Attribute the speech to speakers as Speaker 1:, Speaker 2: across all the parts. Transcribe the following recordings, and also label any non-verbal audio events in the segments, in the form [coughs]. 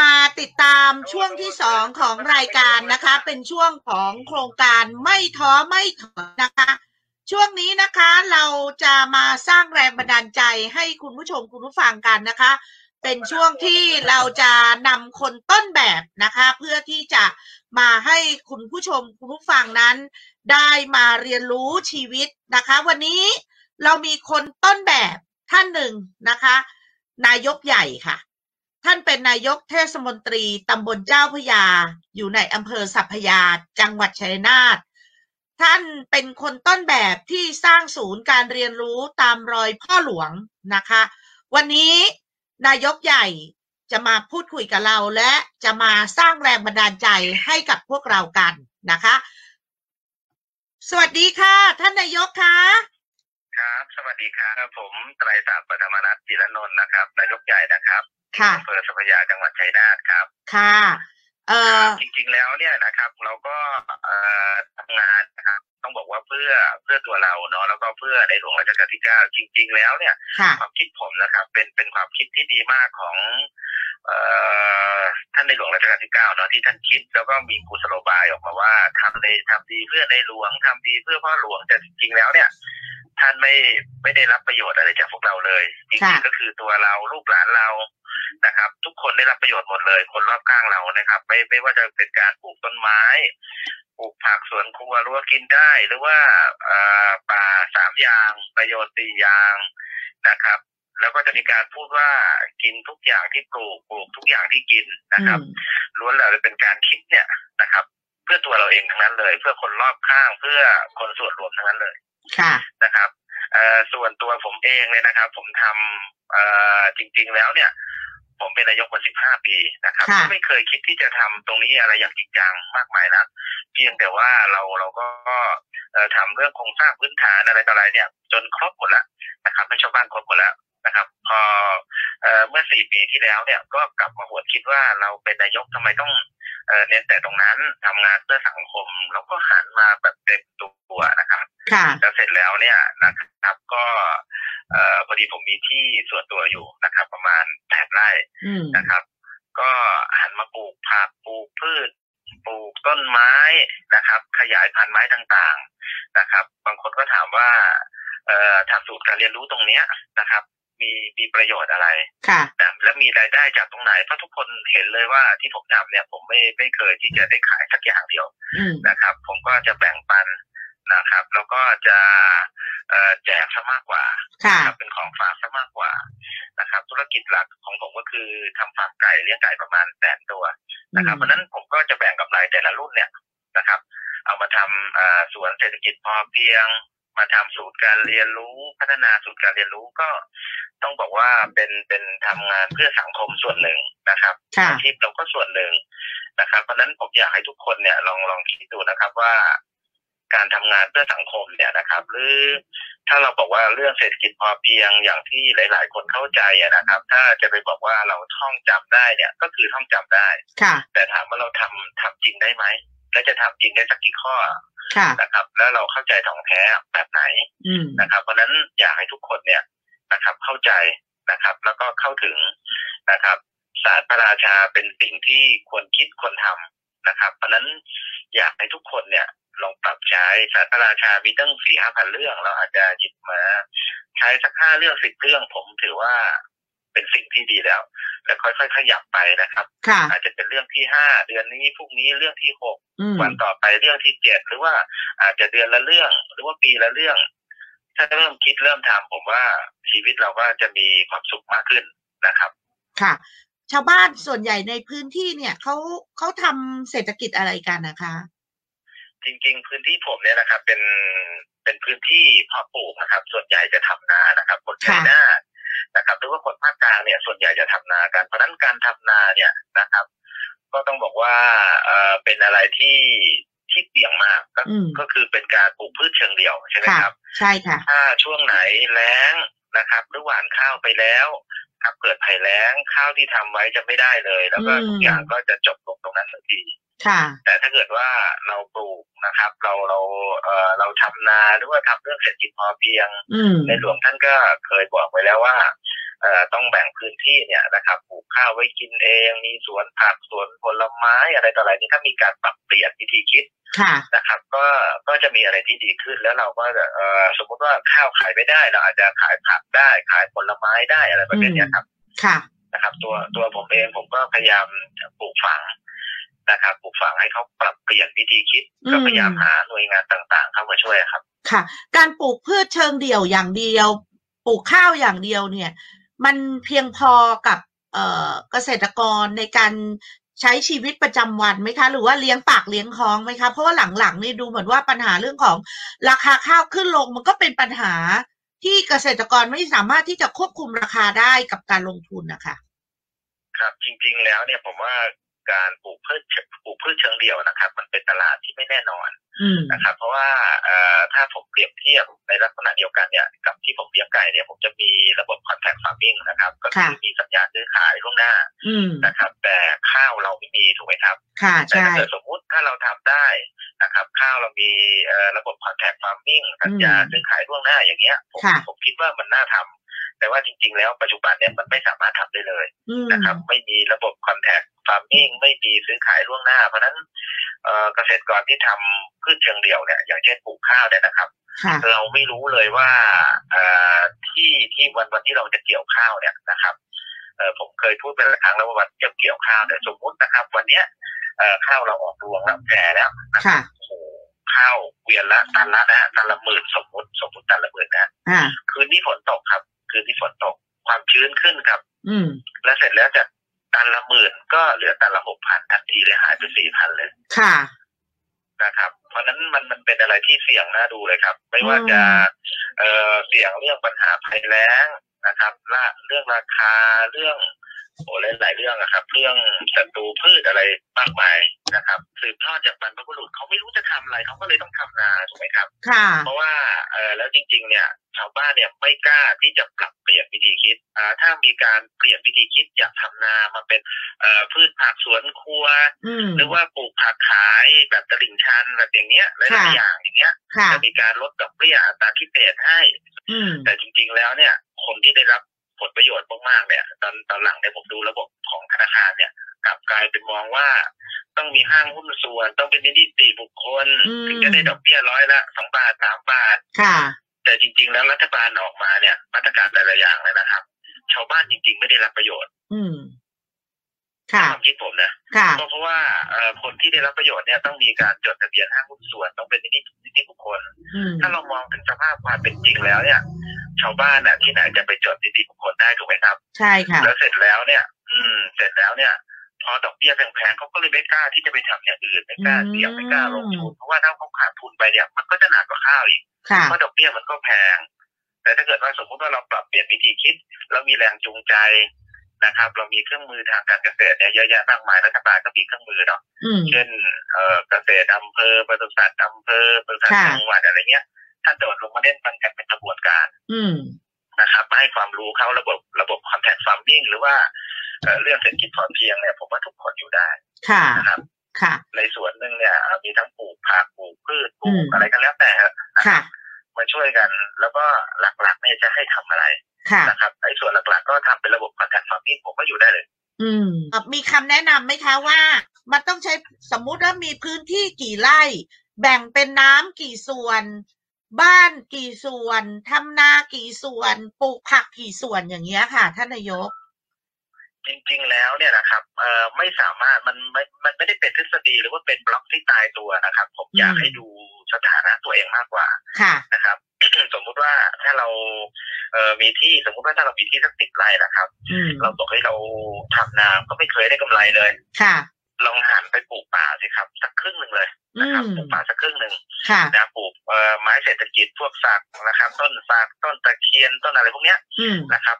Speaker 1: มาติดตามช่วงที่สองของรายการนะคะ เป็นช่วงของโครงการไม่ท้อไม่ถอยนะคะ ช่วงนี้นะคะเราจะมาสร้างแรงบันดาลใจให้คุณผู้ชมคุณผู้ฟังกันนะคะ เป็นช่วงที่เราจะนำคนต้นแบบนะคะ เพื่อที่จะมาให้คุณผู้ชมคุณผู้ฟังนั้น ได้มาเรียนรู้ชีวิตนะคะ วันนี้เรามีคนต้นแบบท่านหนึ่งนะคะ นายกใหญ่ค่ะ ท่านเป็นนายกเทศมนตรีตำบลเจ้าพระยา อยู่ในอำเภอสัพพยาจังหวัดชัยนาทท่านเป็นคนต้นแบบที่สร้างศูนย์การเรียนรู้ตามรอยพ่อหลวงนะคะ วันนี้นายกใหญ่จะมาพูดคุยกับเราและจะมาสร้างแรงบันดาลใจให้กับพวกเรากันนะคะ สวัสดีค่ะ ท่านนายกคะ
Speaker 2: ครับ สวัสดีครับผมไตรศักดิ์ปฐมรัตน์จิรนนท์นะครับนายกใหญ่นะครับ
Speaker 1: ค่ะ
Speaker 2: อำเภอสัพพยาจังหวัดชัยนาทครับ
Speaker 1: ค่ะ เอ่อ
Speaker 2: จริงๆแล้วเนี่ยนะครับ เราก็เอ่อทำงานนะครับต้องบอกว่าเพื่อเพื่อตัวเราเนาะแล้วก็เพื่อในหลวงรัชกาลที่เก้าจริง ๆ แล้วเนี่ย
Speaker 1: ค่ะ
Speaker 2: ความคิดผมนะครับ เป็นเป็นความคิดที่ดีมากของเอ่อท่านในหลวงรัชกาลที่เก้าเนาะที่ท่านคิดแล้วก็มีกุศโลบายออกมาว่าทำในทำดีเพื่อในหลวงทำดีเพื่อพ่อหลวงแต่จริงๆแล้วเนี่ย ท่านไม่ไม่ได้รับประโยชน์อะไรจากพวกเราเลยจริง
Speaker 1: ค่ะ
Speaker 2: ๆก็คือตัวเราลูกหลานเรา นะครับทุกคนได้รับประโยชน์หมดเลย คนรอบข้างเรานะครับ ไม่ไม่ว่าจะเป็นการปลูกต้นไม้ปลูกผักสวนครัวรั้วกินได้ หรือว่าเอ่อป่าสามอย่างประโยชน์สี่อย่างนะครับ แล้วก็จะมีการพูดว่ากินทุกอย่างที่ปลูกปลูกทุกอย่างที่กินนะ
Speaker 1: อื
Speaker 2: ครับ
Speaker 1: ม
Speaker 2: ล้วนแล้วจะเป็นการคิดเนี่ยนะครับ เพื่อตัวเราเองทั้งนั้นเลย เพื่อคนรอบข้างเพื่อคนส่วนรวมทั้งนั้นเลย
Speaker 1: ค่ะ
Speaker 2: นะครับเอ่อส่วนตัวผมเองเลยนะครับ ผมทำเอ่อจริงๆแล้วเนี่ย ผมเป็นนายกมา 15 ปีนะครับ
Speaker 1: ค่ะ
Speaker 2: ก็ไม่เคยคิดที่จะทำตรงนี้อะไรอย่างจริงจังมากมายนะเพียงแต่ว่าเราเราก็เอ่อทำเรื่องโครงสร้างพื้นฐานอะไรต่ออะไรเนี่ย จนครบหมดแล้วนะครับให้ชาวบ้านครบหมดแล้วนะครับ พอเอ่อเมื่อ 4 ปีที่แล้วเนี่ยก็กลับมาหวนคิดว่าเราเป็นนายกทำไมต้อง เอ่อเน้นแต่ตรงนั้นทำงานเพื่อสังคมแล้วก็หันมาแบบเต็มตัวนะครับ
Speaker 1: ค่ะ
Speaker 2: แล้วเสร็จแล้วเนี่ยนะครับก็เอ่อพอดีผมมีที่ส่วนตัวอยู่นะครับ ประมาณแปดไร่
Speaker 1: อืม
Speaker 2: นะครับ ก็หันมาปลูกผักปลูกพืช ปลูกต้นไม้นะครับ ขยายพันธุ์ไม้ต่างๆนะครับ บางคนก็ถามว่าเอ่อทางสูตรการเรียนรู้ตรงเนี้ยนะครับ มีมีประโยชน์อะไร
Speaker 1: ค่ะ
Speaker 2: นะและมีรายได้จากตรงไหนเพราะทุกคนเห็นเลยว่าที่ผมทำเนี่ย ผมไม่ไม่เคยที่จะได้ขายสักอย่างเดียว
Speaker 1: อืม
Speaker 2: นะครับผมก็จะแบ่งปันนะครับ แล้วก็จะเอ่อแจกซะมากกว่า
Speaker 1: ค่ะ
Speaker 2: นะครับเป็นของฝากซะมากกว่านะครับ ธุรกิจหลักของผมก็คือทำฟาร์มไก่เลี้ยงไก่ประมาณแสนตัวนะครับเพราะฉะนั้นผมก็จะแบ่งกับรายแต่ละรุ่นเนี่ยนะครับ เอามาทำเอ่อสวนเศรษฐกิจพอเพียง มาทำสูตรการเรียนรู้ พัฒนาสูตรการเรียนรู้ก็ต้องบอกว่าเป็นเป็นทำงานเพื่อสังคมส่วนหนึ่งนะครับ
Speaker 1: ค่ะ
Speaker 2: อาชีพเราก็ส่วนหนึ่งนะครับ เพราะฉะนั้นผมอยากให้ทุกคนเนี่ยลองลองคิดดูนะครับว่า การทำงานเพื่อสังคมเนี่ยนะครับ หรือถ้าเราบอกว่าเรื่องเศรษฐกิจพอเพียงอย่างที่หลาย ๆ คนเข้าใจอะนะครับ ถ้าจะไปบอกว่าเราท่องจำได้เนี่ย ก็คือท่องจำได้
Speaker 1: ค่ะ
Speaker 2: แต่ถามว่าเราทำทำจริงได้ไหมและจะทำจริงได้สักกี่ข้อ
Speaker 1: ค่ะ
Speaker 2: นะครับ แล้วเราเข้าใจถ่องแท้แบบไหน
Speaker 1: อืม
Speaker 2: นะครับเพราะฉะนั้นอยากให้ทุกคนเนี่ยนะครับเข้าใจนะครับ แล้วก็เข้าถึงนะครับศาสตร์พระราชาเป็นสิ่งที่ควรคิดควรทำนะครับ เพราะฉะนั้นอยากให้ทุกคนเนี่ยลองปรับใช้ศาสตร์พระราชามีตั้งสี่ห้าพันเรื่อง เราอาจจะหยิบมา ใช้สักห้าเรื่องสิบเรื่องผมถือว่าเป็นสิ่งที่ดีแล้ว แล้วค่อยๆขยับไปนะครับ
Speaker 1: ค่ะ
Speaker 2: อาจจะเป็นเรื่องที่ห้าเดือนนี้พรุ่งนี้เรื่องที่หก
Speaker 1: อืม
Speaker 2: วันต่อไปเรื่องที่เจ็ดหรือว่าอาจจะเดือนละเรื่อง หรือว่าปีละเรื่อง ถ้าเริ่มคิดเริ่มทำผมว่าชีวิตเราก็จะมีความสุขมากขึ้นนะครับ
Speaker 1: ค่ะ ชาวบ้านส่วนใหญ่ในพื้นที่เนี่ยเขาเขาทำเศรษฐกิจอะไรกันนะคะ
Speaker 2: จริง ๆ พื้นที่ผมเนี่ยนะครับ เป็นเป็นพื้นที่เพาะปลูกนะครับ ส่วนใหญ่จะทำนานะครับคนชัยนาทนะครับหรือว่าคนภาคกลางเนี่ย ส่วนใหญ่จะทำนากันเพราะฉะนั้นการทำนาเนี่ยนะครับ ก็ต้องบอกว่าเออเป็นอะไรที่ที่เสี่ยงมากก็
Speaker 1: อืม
Speaker 2: ก็คือเป็นการปลูกพืชเชิงเดี่ยวใช่ไหม
Speaker 1: ค่ะ
Speaker 2: ครับ
Speaker 1: ใช่ค่ะ
Speaker 2: ถ้าช่วงไหนแล้งนะครับหรือหว่านข้าวไปแล้วครับเกิดภัยแล้งข้าวที่ทำไว้จะไม่ได้เลย แล้วก็
Speaker 1: อืม
Speaker 2: ทุกอย่างก็จะจบลงตรงนั้นทันที
Speaker 1: ค่ะ
Speaker 2: แต่ถ้าเกิดว่าเราปลูกนะครับ เราเราเอ่อเราทำนาหรือว่าทำเรื่องเศรษฐกิจพอเพียง
Speaker 1: อืม
Speaker 2: ในหลวงท่านก็เคยบอกไว้แล้วว่า เอ่อต้องแบ่งพื้นที่เนี่ยนะครับปลูกข้าวไว้กินเอง มีสวนผักสวนผลไม้อะไรต่ออะไรนี่ถ้ามีการปรับเปลี่ยนวิธีคิด
Speaker 1: ค่ะ
Speaker 2: นะครับก็ก็จะมีอะไรที่ดีขึ้นแล้วเราก็จะเอ่อสมมุติว่าข้าวขายไม่ได้เราอาจจะขายผักได้ขายผลไม้ได้อะไรประเภทเนี้ยครับ
Speaker 1: ค่ะ
Speaker 2: นะครับ ตัวตัวผมเองผมก็พยายามปลูกฝังนะครับปลูกฝังให้เขาปรับเปลี่ยนวิธีคิด
Speaker 1: อืม
Speaker 2: ก็พยายามหาหน่วยงานต่างๆ เข้ามาช่วยครับ
Speaker 1: ค่ะ การปลูกพืชเชิงเดี่ยวอย่างเดียว ปลูกข้าวอย่างเดียวเนี่ย มันเพียงพอกับเอ่อเกษตรกรในการใช้ชีวิตประจำวันไหมคะ หรือว่าเลี้ยงปากเลี้ยงท้องไหมคะ เพราะว่าหลังๆนี่ดูเหมือนว่าปัญหาเรื่องของราคาข้าวขึ้นลงมันก็เป็นปัญหาที่เกษตรกรไม่สามารถที่จะควบคุมราคาได้กับการลงทุนนะคะ
Speaker 2: ครับจริงๆแล้วเนี่ยผมว่าการปลูกพืชปลูกพืชเชิงเดี่ยวนะครับ มันเป็นตลาดที่ไม่แน่นอน
Speaker 1: อืม
Speaker 2: นะครับเพราะว่าเอ่อถ้าผมเปรียบเทียบในลักษณะเดียวกันเนี่ยกับที่ผมเลี้ยงไก่เนี่ยผมจะมีระบบ contact farming นะครับก็คื
Speaker 1: ค่ะ
Speaker 2: อมีสัญญาซื้อขายล่วงหน้า
Speaker 1: อืม
Speaker 2: นะครับ แต่ข้าวเราไม่มีถูกไหมครับ
Speaker 1: ค่ะ
Speaker 2: แต่
Speaker 1: ใช่
Speaker 2: ถ้าเกิดสมมุติถ้าเราทำได้นะครับข้าวเรามีเอ่อระบบ contact farming สัญญา
Speaker 1: อืม
Speaker 2: ซื้อขายล่วงหน้าอย่างเงี้ยผม
Speaker 1: ค่ะ
Speaker 2: ผมคิดว่ามันน่าทำแต่ว่าจริง ๆ แล้วปัจจุบันเนี่ยมันไม่สามารถทำได้เลย
Speaker 1: อืม
Speaker 2: นะครับไม่มีระบบ contact farming ไม่มีซื้อขายล่วงหน้า เพราะฉะนั้นเอ่อเกษตรกรที่ทำพืชเชิงเดี่ยวเนี่ยอย่างเช่นปลูกข้าวเนี่ยนะครับ
Speaker 1: ค่ะ
Speaker 2: เราไม่รู้เลยว่าเอ่อที่ที่วันวันที่เราจะเกี่ยวข้าวเนี่ยนะครับเอ่อผมเคยพูดไปหลายครั้งแล้วว่าวันจะเกี่ยวข้าวเนี่ยสมมุตินะครับ วันเนี้ยเอ่อข้าวเราออกรวงแล้วแก่แล้ว
Speaker 1: ค่ะ
Speaker 2: โอ้โหข้าวเกวียนละตันละนะตันละหมื่นสมมติสมมติตันละหมื่นนะ
Speaker 1: อ่า
Speaker 2: คืนนี้ฝนตกครับ คืนนี้ฝนตกความชื้นขึ้นครับ
Speaker 1: อืม
Speaker 2: แล้วเสร็จแล้วจากตันละหมื่นก็เหลือตันละหกพันทันทีเลยหายไปสี่พันเลย
Speaker 1: ค่ะ
Speaker 2: นะครับ เพราะฉะนั้นมันมันเป็นอะไรที่เสี่ยงน่าดูเลยครับ ไม่ว่าจะ
Speaker 1: อืม
Speaker 2: เอ่อเสี่ยงเรื่องปัญหาภัยแล้งนะครับละเรื่องราคาเรื่องโอ้หลายๆเรื่องนะครับ เรื่องศัตรูพืชอะไรมากมายนะครับสืบทอดจากบรรพบุรุษเขาไม่รู้จะทำอะไรเขาก็เลยต้องทำนาถูกไหมครับ
Speaker 1: ค่ะ
Speaker 2: เพราะว่าเออแล้วจริงๆ เนี่ยชาวบ้านเนี่ยไม่กล้าที่จะปรับเปลี่ยนวิธีคิดอ่าถ้ามีการเปลี่ยนวิธีคิดจากทำนามาเป็นเอ่อพืชผักสวนครัว
Speaker 1: อืม
Speaker 2: หรือว่าปลูกผักขายแบบตลิ่งชันแบบอย่างเงี้ยหลาย
Speaker 1: ค่ะ
Speaker 2: ๆอย่างอย่างเงี้ย
Speaker 1: ค่ะ
Speaker 2: จะมีการลดดอกเบี้ยอัตราคิดเศษให้
Speaker 1: อืม
Speaker 2: แต่จริงๆ แล้วเนี่ยคนที่ได้รับผลประโยชน์มากๆเนี่ยตอนตอนหลังเนี่ยผมดูระบบของธนาคารเนี่ยกลับกลายเป็นมองว่า ต้องมีห้างหุ้นส่วนต้องเป็นนิติบุคคล
Speaker 1: อืม
Speaker 2: ถึงจะได้ดอกเบี้ยร้อยละสองบาทสามบาท
Speaker 1: ค่ะ
Speaker 2: แต่จริงๆ แล้วรัฐบาลออกมาเนี่ยมาตรการหลายๆอย่างเลยนะครับ ชาวบ้านจริงๆ ไม่ได้รับประโยชน์
Speaker 1: อืม ค่ะ
Speaker 2: ความคิดผมนะ
Speaker 1: ค่ะ
Speaker 2: ก็เพราะว่าเอ่อคนที่ได้รับประโยชน์เนี่ยต้องมีการจดทะเบียนห้างหุ้นส่วนต้องเป็นนิตินิติบุคคล
Speaker 1: อืม
Speaker 2: ถ้าเรามองถึงสภาพความเป็นจริงแล้วเนี่ย ชาวบ้านน่ะที่ไหนจะไปจดนิติบุคคลได้ถูกไหมครับ
Speaker 1: ใช่ค่ะ
Speaker 2: แล้วเสร็จแล้วเนี่ย อืม เสร็จแล้วเนี่ย พอดอกเบี้ยแพงๆเขาก็เลยไม่กล้าที่จะไปทำอย่างอื่นไม่กล้าเสี่ยงไม่กล้าลงทุนเพราะว่าถ้าเขาขาดทุนไปเนี่ยมันก็จะหนักกว่าข้าวอีก
Speaker 1: ค่ะ
Speaker 2: เพราะดอกเบี้ยมันก็แพง แต่ถ้าเกิดว่าสมมติว่าเราปรับเปลี่ยนวิธีคิด เรามีแรงจูงใจนะครับ เรามีเครื่องมือทางการเกษตรเนี่ยเยอะแยะมากมายรัฐบาลก็มีเครื่องมือเนาะ
Speaker 1: อืม
Speaker 2: เช่นเอ่อเกษตรอำเภอปศุสัตว์อำเภอปศุสัตว์
Speaker 1: ค่ะ
Speaker 2: จังหวัดอะไรเงี้ยท่านโดดลงมาเล่นมันกันเป็นกระบวนการ
Speaker 1: อืม
Speaker 2: นะครับให้ความรู้เขาระบบระบบคอนแทคฟาร์มิ่งหรือว่าเอ่อเรื่องเศรษฐกิจพอเพียงเนี่ยผมว่าทุกคนอยู่ได้
Speaker 1: ค่ะ
Speaker 2: นะครับ
Speaker 1: ค่ะ
Speaker 2: ในส่วนหนึ่งเนี่ยมีทั้งปลูกผักปลูกพืชปลู
Speaker 1: อื
Speaker 2: ก
Speaker 1: ม
Speaker 2: อะไรก็แล้วแต่
Speaker 1: ค่ะ
Speaker 2: มาช่วยกัน แล้วก็หลักๆเนี่ยจะให้ทำอะไร
Speaker 1: ค่ะ
Speaker 2: นะครับในส่วนหลักๆ ก็ทำเป็นระบบคอนแทคฟาร์มิ่งผมก็อยู่ได้เลย
Speaker 1: อืม มีคำแนะนำไหมคะว่า มันต้องใช้สมมุติว่ามีพื้นที่กี่ไร่ แบ่งเป็นน้ำกี่ส่วน บ้านกี่ส่วนทำนากี่ส่วนปลูกผักกี่ส่วนอย่างเงี้ยค่ะ ท่านนายก
Speaker 2: จริงๆแล้วเนี่ยนะครับเอ่อไม่สามารถมันไม่มันไม่ได้เป็นทฤษฎีหรือว่าเป็นบล็อกที่ตายตัวนะครับ ผม
Speaker 1: อืม
Speaker 2: อยากให้ดูสถานะตัวเองมากกว่า
Speaker 1: ค่ะ
Speaker 2: นะครับ [coughs] สมมุติว่าถ้าเราเอ่อมีที่สมมุติว่าถ้าเรามีที่สักสิบไร่นะครับ
Speaker 1: อืม
Speaker 2: เราบอกให้เราทำนาก็ไม่เคยได้กำไรเลย
Speaker 1: ค่ะ
Speaker 2: ลองหันไปปลูกป่าสิครับสักครึ่งหนึ่งเลย
Speaker 1: อื
Speaker 2: นะครับ
Speaker 1: ม
Speaker 2: ปลูกป่าสักครึ่งหนึ่ง
Speaker 1: ค่ะ
Speaker 2: นะปลูกเอ่อไม้เศรษฐกิจพวกสักนะครับ ต้นสักต้นตะเคียนต้นอะไรพวกเนี้ย
Speaker 1: อืม
Speaker 2: นะครับ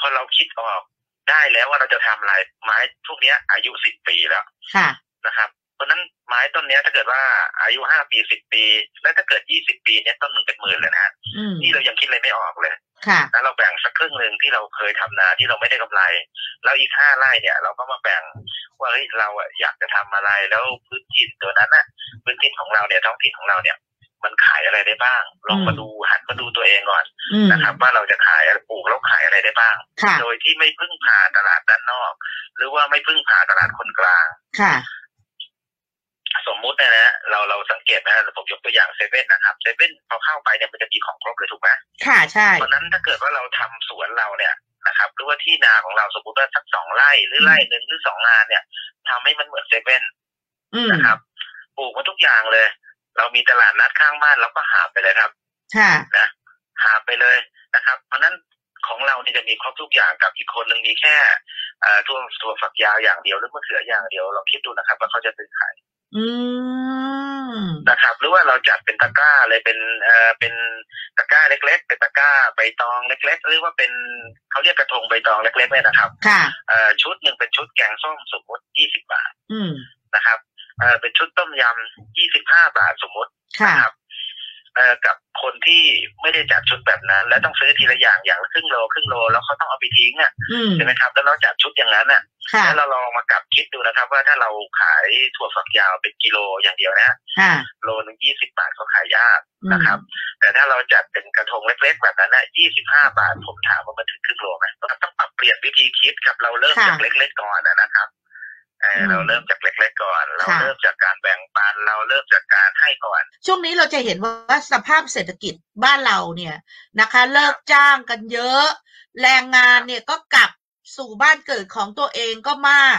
Speaker 2: พอเราคิดออกได้แล้วว่าเราจะทำอะไรไม้พวกเนี้ย อายุสิบปีแล้ว
Speaker 1: ค่ะ
Speaker 2: นะครับ เพราะฉะนั้นไม้ต้นเนี้ยถ้าเกิดว่าอายุห้าปีสิบปี และถ้าเกิดยี่สิบปีเนี้ยต้นหนึ่งเป็นหมื่นเลยนะฮะ
Speaker 1: อืม
Speaker 2: นี่เรายังคิดอะไรไม่ออกเลย
Speaker 1: ค่ะ
Speaker 2: แล้วเราแบ่งสักครึ่งหนึ่งที่เราเคยทำนาที่เราไม่ได้กำไร แล้วอีกห้าไร่เนี่ย เราก็มาแบ่งว่าเฮ้ยเราอะอยากจะทำอะไรแล้วพื้นที่ตัวนั้นน่ะพื้นที่ของเราเนี่ยท้องถิ่นของเราเนี่ย มันขายอะไรได้บ้าง ลองมา
Speaker 1: อืม
Speaker 2: ดูหันมาดูตัวเองก่อน
Speaker 1: อืม
Speaker 2: นะครับ ว่าเราจะขายอะไรปลูกแล้วขายอะไรได้บ้าง
Speaker 1: ค่ะ
Speaker 2: โดยที่ไม่พึ่งพาตลาดด้านนอก หรือว่าไม่พึ่งพาตลาดคนกลาง
Speaker 1: ค่ะ
Speaker 2: สมมุตินะนะเราเราสังเกตนะผมยกตัวอย่างเซเว่นนะครับเซเว่นพอเข้าไปเนี่ยมันจะมีของครบเลยถูกไหม
Speaker 1: ค่ะใช่
Speaker 2: เพราะฉะนั้นถ้าเกิดว่าเราทำสวนเราเนี่ยนะครับหรือว่าที่นาของเราสมมติว่าสักสองไร่หรือไร่หนึ่งหรือสองงานเนี่ยทำให้มันเหมือนเซเว่น
Speaker 1: อืม
Speaker 2: นะครับปลูกมาทุกอย่างเลย เรามีตลาดนัดข้างบ้านเราก็หาไปเลยครับ
Speaker 1: ค่ะ
Speaker 2: หาไปเลยนะครับ เพราะฉะนั้นของเรานี่จะมีครบทุกอย่างกับอีกคนหนึ่งมีแค่เอ่อตัวตัวฝักยาวอย่างเดียวหรือมะเขืออย่างเดียวเราคิดดูนะครับ ว่าเขาจะซื้อขาย
Speaker 1: อืม
Speaker 2: นะครับหรือว่าเราจัดเป็นตะกร้าเลยเป็นเอ่อเป็นตะกร้าเล็ก ๆ เป็นตะกร้าใบตองเล็ก ๆ หรือว่าเป็นเขาเรียกกระทงใบตองเล็กๆเนี่ยนะครับ
Speaker 1: ค่ะ
Speaker 2: เอ่อชุดหนึ่งเป็นชุดแกงส้มสมมติยี่สิบาท
Speaker 1: อืม
Speaker 2: นะครับเอ่อเป็นชุดต้มยำยี่สิบห้าบาทสมมติ
Speaker 1: ค่ะ
Speaker 2: นะครับเอ่อกับคนที่ไม่ได้จัดชุดแบบนั้น แล้วต้องซื้อทีละอย่างอย่างละครึ่งโลครึ่งโลแล้วเขาต้องเอาไปทิ้งอ่ะ
Speaker 1: อืม
Speaker 2: ใช่ไหมครับแล้วเราจัดชุดอย่างนั้นอ่ะ
Speaker 1: ค่ะ
Speaker 2: แล้วเราลองมากลับคิดดูนะครับ ว่าถ้าเราขายถั่วฝักยาวเป็นกิโลอย่างเดียวนะ
Speaker 1: ค่ะ
Speaker 2: โลหนึงยี่สิบาทก็ขายยาก
Speaker 1: อืม
Speaker 2: นะครับ แต่ถ้าเราจัดเป็นกระทงเล็กๆแบบนั้นน่ะ25 บาท ผมถามว่ามันถึงครึ่งโลไหมเราต้องปรับเปลี่ยนวิธีคิดครับ เราเริ่มจากเล็กๆก่อนนะนะครับเออเราเริ่มจากเล็กๆก่อน เราเริ่มจากการแบ่งปัน เราเริ่มจากการให้ก่อน
Speaker 1: ช่วงนี้เราจะเห็นว่าสภาพเศรษฐกิจบ้านเราเนี่ยนะคะ เลิกจ้างกันเยอะ แรงงานเนี่ยก็กลับสู่บ้านเกิดของตัวเองก็มาก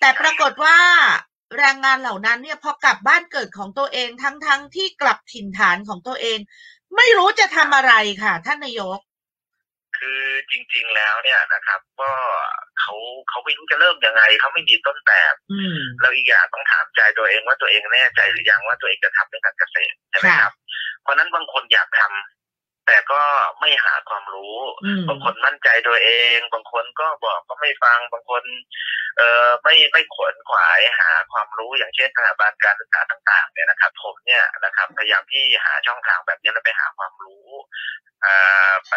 Speaker 1: แต่ปรากฏว่าแรงงานเหล่านั้นเนี่ยพอกลับบ้านเกิดของตัวเองทั้งๆทที่กลับถิ่นฐานของตัวเอง ไม่รู้จะทำอะไรค่ะ ท่านนายก
Speaker 2: คือจริงๆแล้วเนี่ยนะครับ ก็เขาเขาไม่รู้จะเริ่มยังไงเขาไม่มีต้นแบบ
Speaker 1: อืม
Speaker 2: แล้วอีกอย่างต้องถามใจตัวเองว่าตัวเองแน่ใจหรือยังว่าตัวเองจะทำเรื่องการเกษตรใช่ไหมครับ เพราะฉะนั้นบางคนอยากทำแต่ก็ไม่หาความรู้
Speaker 1: อืม
Speaker 2: บางคนมั่นใจตัวเอง บางคนก็บอกก็ไม่ฟัง บางคน เอ่อไม่ไม่ขวนขวายหาความรู้อย่างเช่นสถาบันการศึกษาต่าง ๆ เนี่ยนะครับ ผมเนี่ยนะครับพยายามที่หาช่องทางแบบนี้แล้วไปหาความรู้เอ่อไป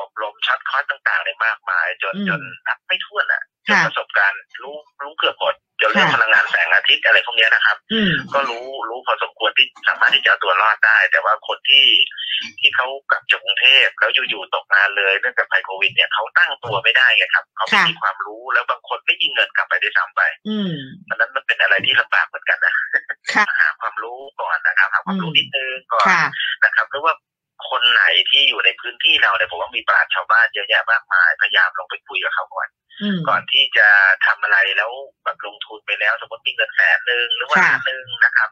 Speaker 2: อบรมช็อตคอร์สต่างๆเนี่ยมากมาย จน
Speaker 1: อืม
Speaker 2: จนนับไม่ถ้วนอ่ะจน
Speaker 1: ค่ะ
Speaker 2: ประสบการณ์รู้รู้เกือบหมดจนเรื่อง
Speaker 1: ค่ะ
Speaker 2: พลังงานแสงอาทิตย์อะไรพวกเนี้ยนะครับ
Speaker 1: อืม
Speaker 2: ก็รู้รู้พอสมควรที่สามารถที่จะเอาตัวรอดได้ แต่ว่าคนที่ที่เขากลับจากกรุงเทพแล้วอยู่ๆตกงานเลยเนื่องจากภัยโควิดเนี่ยเขาตั้งตัวไม่ได้ไงครับเขาไม่
Speaker 1: ค่ะ
Speaker 2: มีความรู้แล้วบางคนไม่มีเงินกลับไปด้วยซ้ำไป
Speaker 1: อืม
Speaker 2: เพราะฉะนั้นมันเป็นอะไรที่ลำบากเหมือนกันนะ
Speaker 1: ค่ะ
Speaker 2: [laughs] หาความรู้ก่อนนะครับหาความรู้นิดนึงก่อน
Speaker 1: ค่ะ
Speaker 2: นะครับหรือว่าคนไหนที่อยู่ในพื้นที่เราเนี่ยผมว่ามีปราชญ์ชาวบ้านเยอะแยะมากมายพยายามลงไปคุยกับเขาก่อน
Speaker 1: อืม
Speaker 2: ก่อนที่จะทำอะไรแล้วแบบลงทุนไปแล้ว สมมติมีเงินแสนหนึ่งหรือว่า
Speaker 1: ค่ะ
Speaker 2: ล้านหนึ่งนะครับ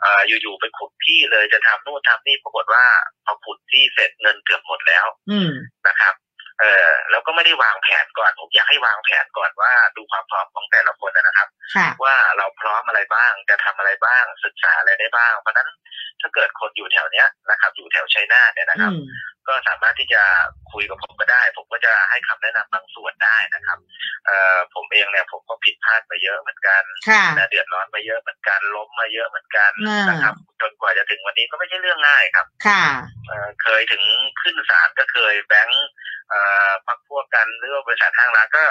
Speaker 2: เอ่ออยู่ๆไปขุดที่เลยจะทำนู่นทำนี่ปรากฏว่าพอขุดที่เสร็จเงินเกือบหมดแล้ว
Speaker 1: อืม
Speaker 2: นะครับ เออแล้วก็ไม่ได้วางแผนก่อนผมอยากให้วางแผนก่อนว่าดูความพร้อมของแต่ละคนนะครับ
Speaker 1: ค่ะ
Speaker 2: ว่าเราพร้อมอะไรบ้างจะทำอะไรบ้าง ศึกษาอะไรได้บ้าง เพราะฉะนั้นถ้าเกิดคนอยู่แถวเนี้ยนะครับ อยู่แถวชัยนาทเนี่ยนะค
Speaker 1: อื
Speaker 2: รับ
Speaker 1: ม
Speaker 2: ก็สามารถที่จะคุยกับผมก็ได้ ผมก็จะให้คำแนะนำบางส่วนได้นะครับเอ่อผมเองเนี่ยผมก็ผิดพลาดมาเยอะเหมือนกัน
Speaker 1: ค่ะ
Speaker 2: นะเดือดร้อนมาเยอะเหมือนกันล้มมาเยอะเหมือนกัน
Speaker 1: อ่าน
Speaker 2: นะครับ จนกว่าจะถึงวันนี้ก็ไม่ใช่เรื่องง่ายครับ
Speaker 1: ค่ะ
Speaker 2: เอ่อเคยถึงขึ้นศาลก็เคยแบงค์เอ่อพักพวกกันหรือว่าบริษัทห้างร้านก็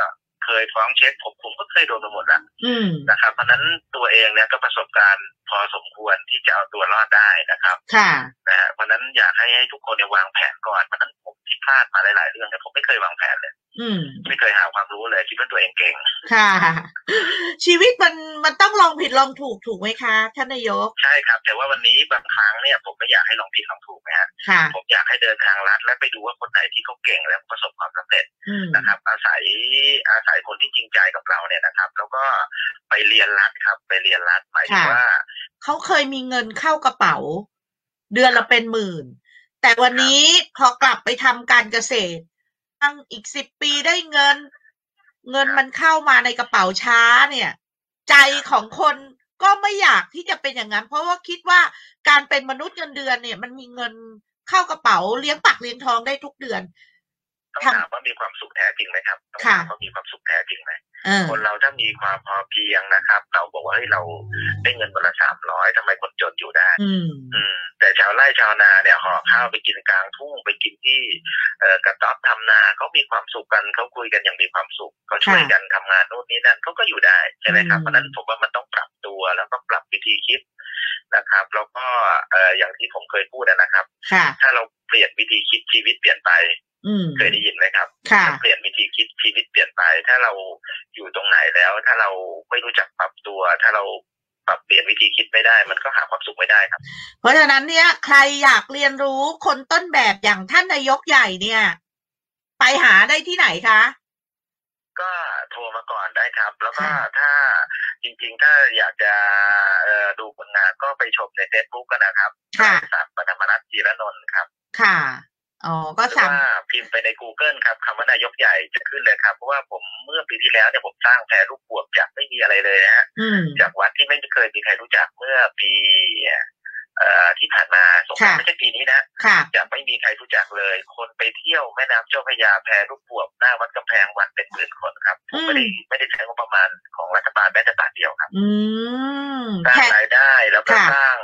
Speaker 2: เคยฟ้องเช็คผมผมก็เคยโดนมาหมดแล้ว
Speaker 1: อืม
Speaker 2: นะครับ เพราะฉะนั้นตัวเองเนี่ยก็ประสบการณ์พอสมควรที่จะเอาตัวรอดได้นะครับ
Speaker 1: ค่ะ
Speaker 2: นะฮะเพราะฉะนั้นอยากให้ให้ทุกคนเนี่ยวางแผนก่อนเพราะฉะนั้นผมที่พลาดมาหลาย ๆ เรื่องเนี่ยผมไม่เคยวางแผนเลย
Speaker 1: อืม
Speaker 2: ไม่เคยหาความรู้เลยคิดว่าตัวเองเก่ง
Speaker 1: ค่ะ ชีวิตมันมันต้องลองผิดลองถูกถูกไหมคะ ท่านนายก
Speaker 2: ใช่ครับ แต่ว่าวันนี้บางครั้งเนี่ยผมไม่อยากให้ลองผิดลองถูกนะฮะ
Speaker 1: ค่ะ
Speaker 2: ผมอยากให้เดินทางลัดและไปดูว่าคนไหนที่เขาเก่งและประสบความสำเร็จ
Speaker 1: อืม
Speaker 2: นะครับ อาศัยอาศัยคนที่จริงใจกับเราเนี่ยนะครับ แล้วก็ไปเรียนรัดครับ ไปเรียนรัดหมายถึง
Speaker 1: ค่ะ
Speaker 2: ว่า
Speaker 1: เขาเคยมีเงินเข้ากระเป๋า เดือนละเป็นหมื่น แต่วันนี้พอกลับไปทำการเกษตรตั้งอีกสิบปีได้เงิน เงินมันเข้ามาในกระเป๋าช้าเนี่ย ใจของคนก็ไม่อยากที่จะเป็นอย่างนั้น เพราะว่าคิดว่าการเป็นมนุษย์เงินเดือนเนี่ย มันมีเงินเข้ากระเป๋าเลี้ยงปากเลี้ยงท้องได้ทุกเดือน
Speaker 2: ต้อง
Speaker 1: ค่ะ
Speaker 2: ถามว่ามีความสุขแท้จริงไหมครับต้องถามว่ามีความสุขแท้จริงไหม
Speaker 1: เออ
Speaker 2: คนเราถ้ามีความพอเพียงนะครับ เราบอกว่าเฮ้ยเราได้เงินวันละสามร้อยทำไมคนจนอยู่ได้
Speaker 1: อืม
Speaker 2: อืม แต่ชาวไร่ชาวนาเนี่ยห่อข้าวไปกินกลางทุ่งไปกินที่เอ่อกระต๊อบทำนาเขามีความสุขกันเขาคุยกันอย่างมีความสุขเขาช่วยกันทำงานโน่นนี่นั่นเขาก็อยู่ได้ใช่ไหมครับ
Speaker 1: อืม
Speaker 2: เพราะฉะนั้นผมว่ามันต้องปรับตัว ว แล้วก็ปรับวิธีคิดนะครับ แล้วก็เอ่ออย่างที่ผมเคยพูดนะครับ
Speaker 1: ค่ะ
Speaker 2: ถ้าเราเปลี่ยนวิธีคิดชีวิตเปลี่ยนไป
Speaker 1: อืม
Speaker 2: เคยได้ยินไหมครับ
Speaker 1: ค่ะ
Speaker 2: ถ้าเปลี่ยนวิธีคิดชีวิตเปลี่ยนไป ถ้าเราอยู่ตรงไหนแล้ว ถ้าเราไม่รู้จักปรับตัว ถ้าเราปรับเปลี่ยนวิธีคิดไม่ได้ มันก็หาความสุขไม่ได้ครับ
Speaker 1: เพราะฉะนั้นเนี่ยใครอยากเรียนรู้คนต้นแบบอย่างท่านนายกใหญ่เนี่ย ไปหาได้ที่ไหนคะ
Speaker 2: ก็โทรมาก่อนได้ครับ แล้วก็
Speaker 1: ค่ะ
Speaker 2: ถ้าจริงๆ ถ้าอยากจะเอ่อดูผลงานก็ไปชมใน Facebook กันนะครับ
Speaker 1: ค่ะ
Speaker 2: สามปฐมรัตน์จีรนนท์ครับ
Speaker 1: ค่ะอ๋อก็
Speaker 2: หรือ
Speaker 1: สาม
Speaker 2: ว่าพิมพ์ไปใน Google ครับคำว่านายกใหญ่จะขึ้นเลยครับ เพราะว่าผมเมื่อปีที่แล้วเนี่ยผมสร้างแพรรูปบวบจากไม่มีอะไรเลยฮะ
Speaker 1: อืม
Speaker 2: จากวัดที่ไม่เคยมีใครรู้จักเมื่อปีเอ่อที่ผ่านมาสงกรา
Speaker 1: ค่ะ
Speaker 2: นต์ไม่ใช่ปีนี้นะ
Speaker 1: ค่ะ
Speaker 2: จากไม่มีใครรู้จักเลย คนไปเที่ยวแม่น้ำเจ้าพระยาแพรูปบวบหน้าวัดกำแพงวันเป็นหมื่นคนครับ
Speaker 1: อืม
Speaker 2: ไม่ได้ไม่ได้ใช้งบประมาณของรัฐบาลแม้แต่บาทเดียวครับ
Speaker 1: อืม
Speaker 2: สร้าง
Speaker 1: แค่
Speaker 2: รายได้แล้วก็
Speaker 1: ค่ะ
Speaker 2: สร้าง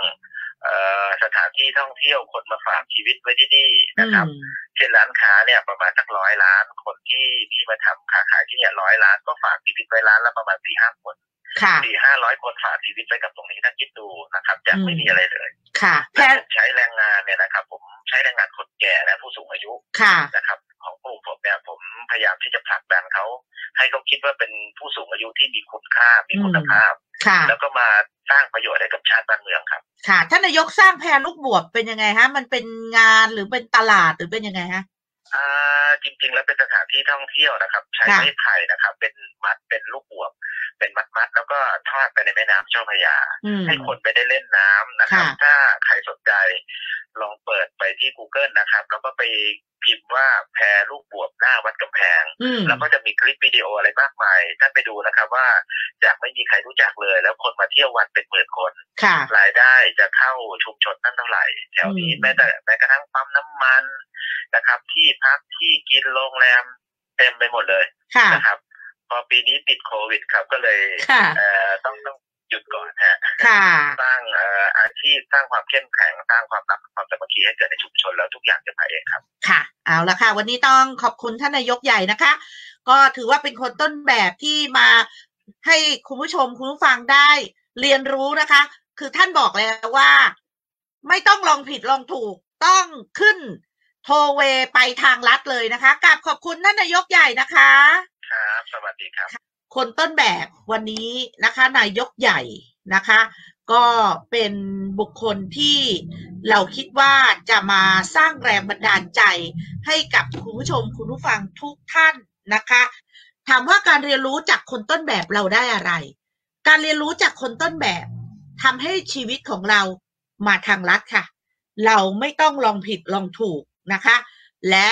Speaker 2: เอ่อสถานที่ท่องเที่ยวคนมาฝากชีวิตไว้ที่นี่
Speaker 1: อื
Speaker 2: นะครับ
Speaker 1: ม
Speaker 2: เช่นร้านค้าเนี่ยประมาณสักร้อยล้าน คนที่ที่มาทำค้าขายที่เนี่ยร้อยล้านก็ฝากชีวิตไว้ร้านละประมาณสี่ห้าคน
Speaker 1: ค่ะ
Speaker 2: สี่ห้าร้อยคนฝากชีวิตไปกับตรงนี้ท่านคิดดูนะครับจากไม่มีอะไรเลย
Speaker 1: ค่ะแค่
Speaker 2: ผมใช้แรงงานเนี่ยนะครับ ผมใช้แรงงานคนแก่และผู้สูงอายุ
Speaker 1: ค่ะ
Speaker 2: นะครับ ของกลุ่มผมเนี่ยผมพยายามที่จะผลักดันเขาให้เขาคิดว่าเป็นผู้สูงอายุที่มีคุณค่ามีคุณภาพ
Speaker 1: ค่ะ
Speaker 2: แล้วก็มาสร้างประโยชน์ให้กับชาติบ้านเมืองครับ
Speaker 1: ค่ะ ท่านนายกสร้างแพรลูกบวบเป็นยังไงฮะ มันเป็นงานหรือเป็นตลาดหรือเป็นยังไงฮะ
Speaker 2: อ่าจริงๆ แล้วเป็นสถานที่ท่องเที่ยวนะครับ ใช้
Speaker 1: ค่ะ
Speaker 2: ไม้ไผ่นะครับ เป็นมัดเป็นลูกบวบเป็นมัดๆแล้วก็ทอดไปในแม่น้ำเจ้าพระยา
Speaker 1: อืม
Speaker 2: ให้คนไปได้เล่นน้ำนะครับ
Speaker 1: ค่ะ
Speaker 2: ถ้าใครสนใจลองเปิดไปที่ Google นะครับ แล้วก็ไปพิมพ์ว่าแพรลูกบวบหน้าวัดกำแพง
Speaker 1: อืม
Speaker 2: แล้วก็จะมีคลิปวิดีโออะไรมากมายท่านไปดูนะครับว่าจากไม่มีใครรู้จักเลย แล้วคนมาเที่ยววันเป็นหมื่นคน
Speaker 1: ค่ะ
Speaker 2: รายได้จะเข้าชุมชนนั่นเท่าไหร่ แถวนี้
Speaker 1: อืม
Speaker 2: แม้แต่แม้กระทั่งปั๊มน้ำมันนะครับ ที่พักที่กินโรงแรมเต็มไปหมดเลย
Speaker 1: ค่ะ
Speaker 2: นะครับ พอปีนี้ติดโควิดครับก็เลย
Speaker 1: ค่ะ
Speaker 2: เอ่อต้องต้องหยุดก่อนฮะ
Speaker 1: ค่ะ
Speaker 2: สร้างเอ่ออาชีพสร้างความเข้มแข็งสร้างความรักความสามัคคีให้เกิดในชุมชนแล้วทุกอย่างจะมาเองครับ
Speaker 1: ค่ะ เอาละค่ะ วันนี้ต้องขอบคุณท่านนายกใหญ่นะคะ ก็ถือว่าเป็นคนต้นแบบที่มาให้คุณผู้ชมคุณผู้ฟังได้เรียนรู้นะคะ คือท่านบอกแล้วว่า ไม่ต้องลองผิดลองถูกต้องขึ้นโทเวไปทางลัดเลยนะคะกราบขอบคุณท่านนายกใหญ่นะคะ
Speaker 2: ครับ สวัสดีครับ
Speaker 1: คนต้นแบบวันนี้นะคะนายกใหญ่นะคะ ก็เป็นบุคคลที่เราคิดว่าจะมาสร้างแรงบันดาลใจให้กับคุณผู้ชมคุณผู้ฟังทุกท่านนะคะ ถามว่าการเรียนรู้จากคนต้นแบบเราได้อะไร การเรียนรู้จากคนต้นแบบทำให้ชีวิตของเรามาทางลัดค่ะ เราไม่ต้องลองผิดลองถูกนะคะ และ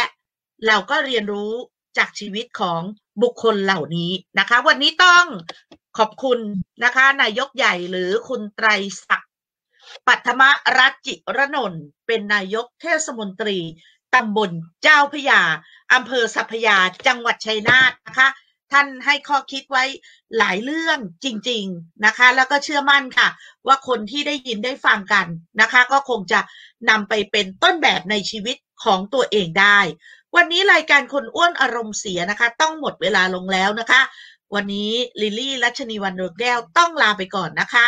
Speaker 1: เราก็เรียนรู้จากชีวิตของบุคคลเหล่านี้นะคะ วันนี้ต้องขอบคุณนะคะ นายกใหญ่หรือคุณไตรศักดิ์ปัทมรัตน์จิรนนท์เป็นนายกเทศมนตรีตำบลเจ้าพระยาอำเภอสัพพยาจังหวัดชัยนาทนะคะ ท่านให้ข้อคิดไว้หลายเรื่องจริง ๆนะคะ แล้วก็เชื่อมั่นค่ะ ว่าคนที่ได้ยินได้ฟังกันนะคะ ก็คงจะนำไปเป็นต้นแบบในชีวิตของตัวเองได้ วันนี้รายการคนอ้วนอารมณ์เสียนะคะ ต้องหมดเวลาลงแล้วนะคะ วันนี้ลิลลี่รัชนีวันดวงแก้วต้องลาไปก่อนนะคะ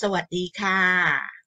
Speaker 1: สวัสดีค่ะ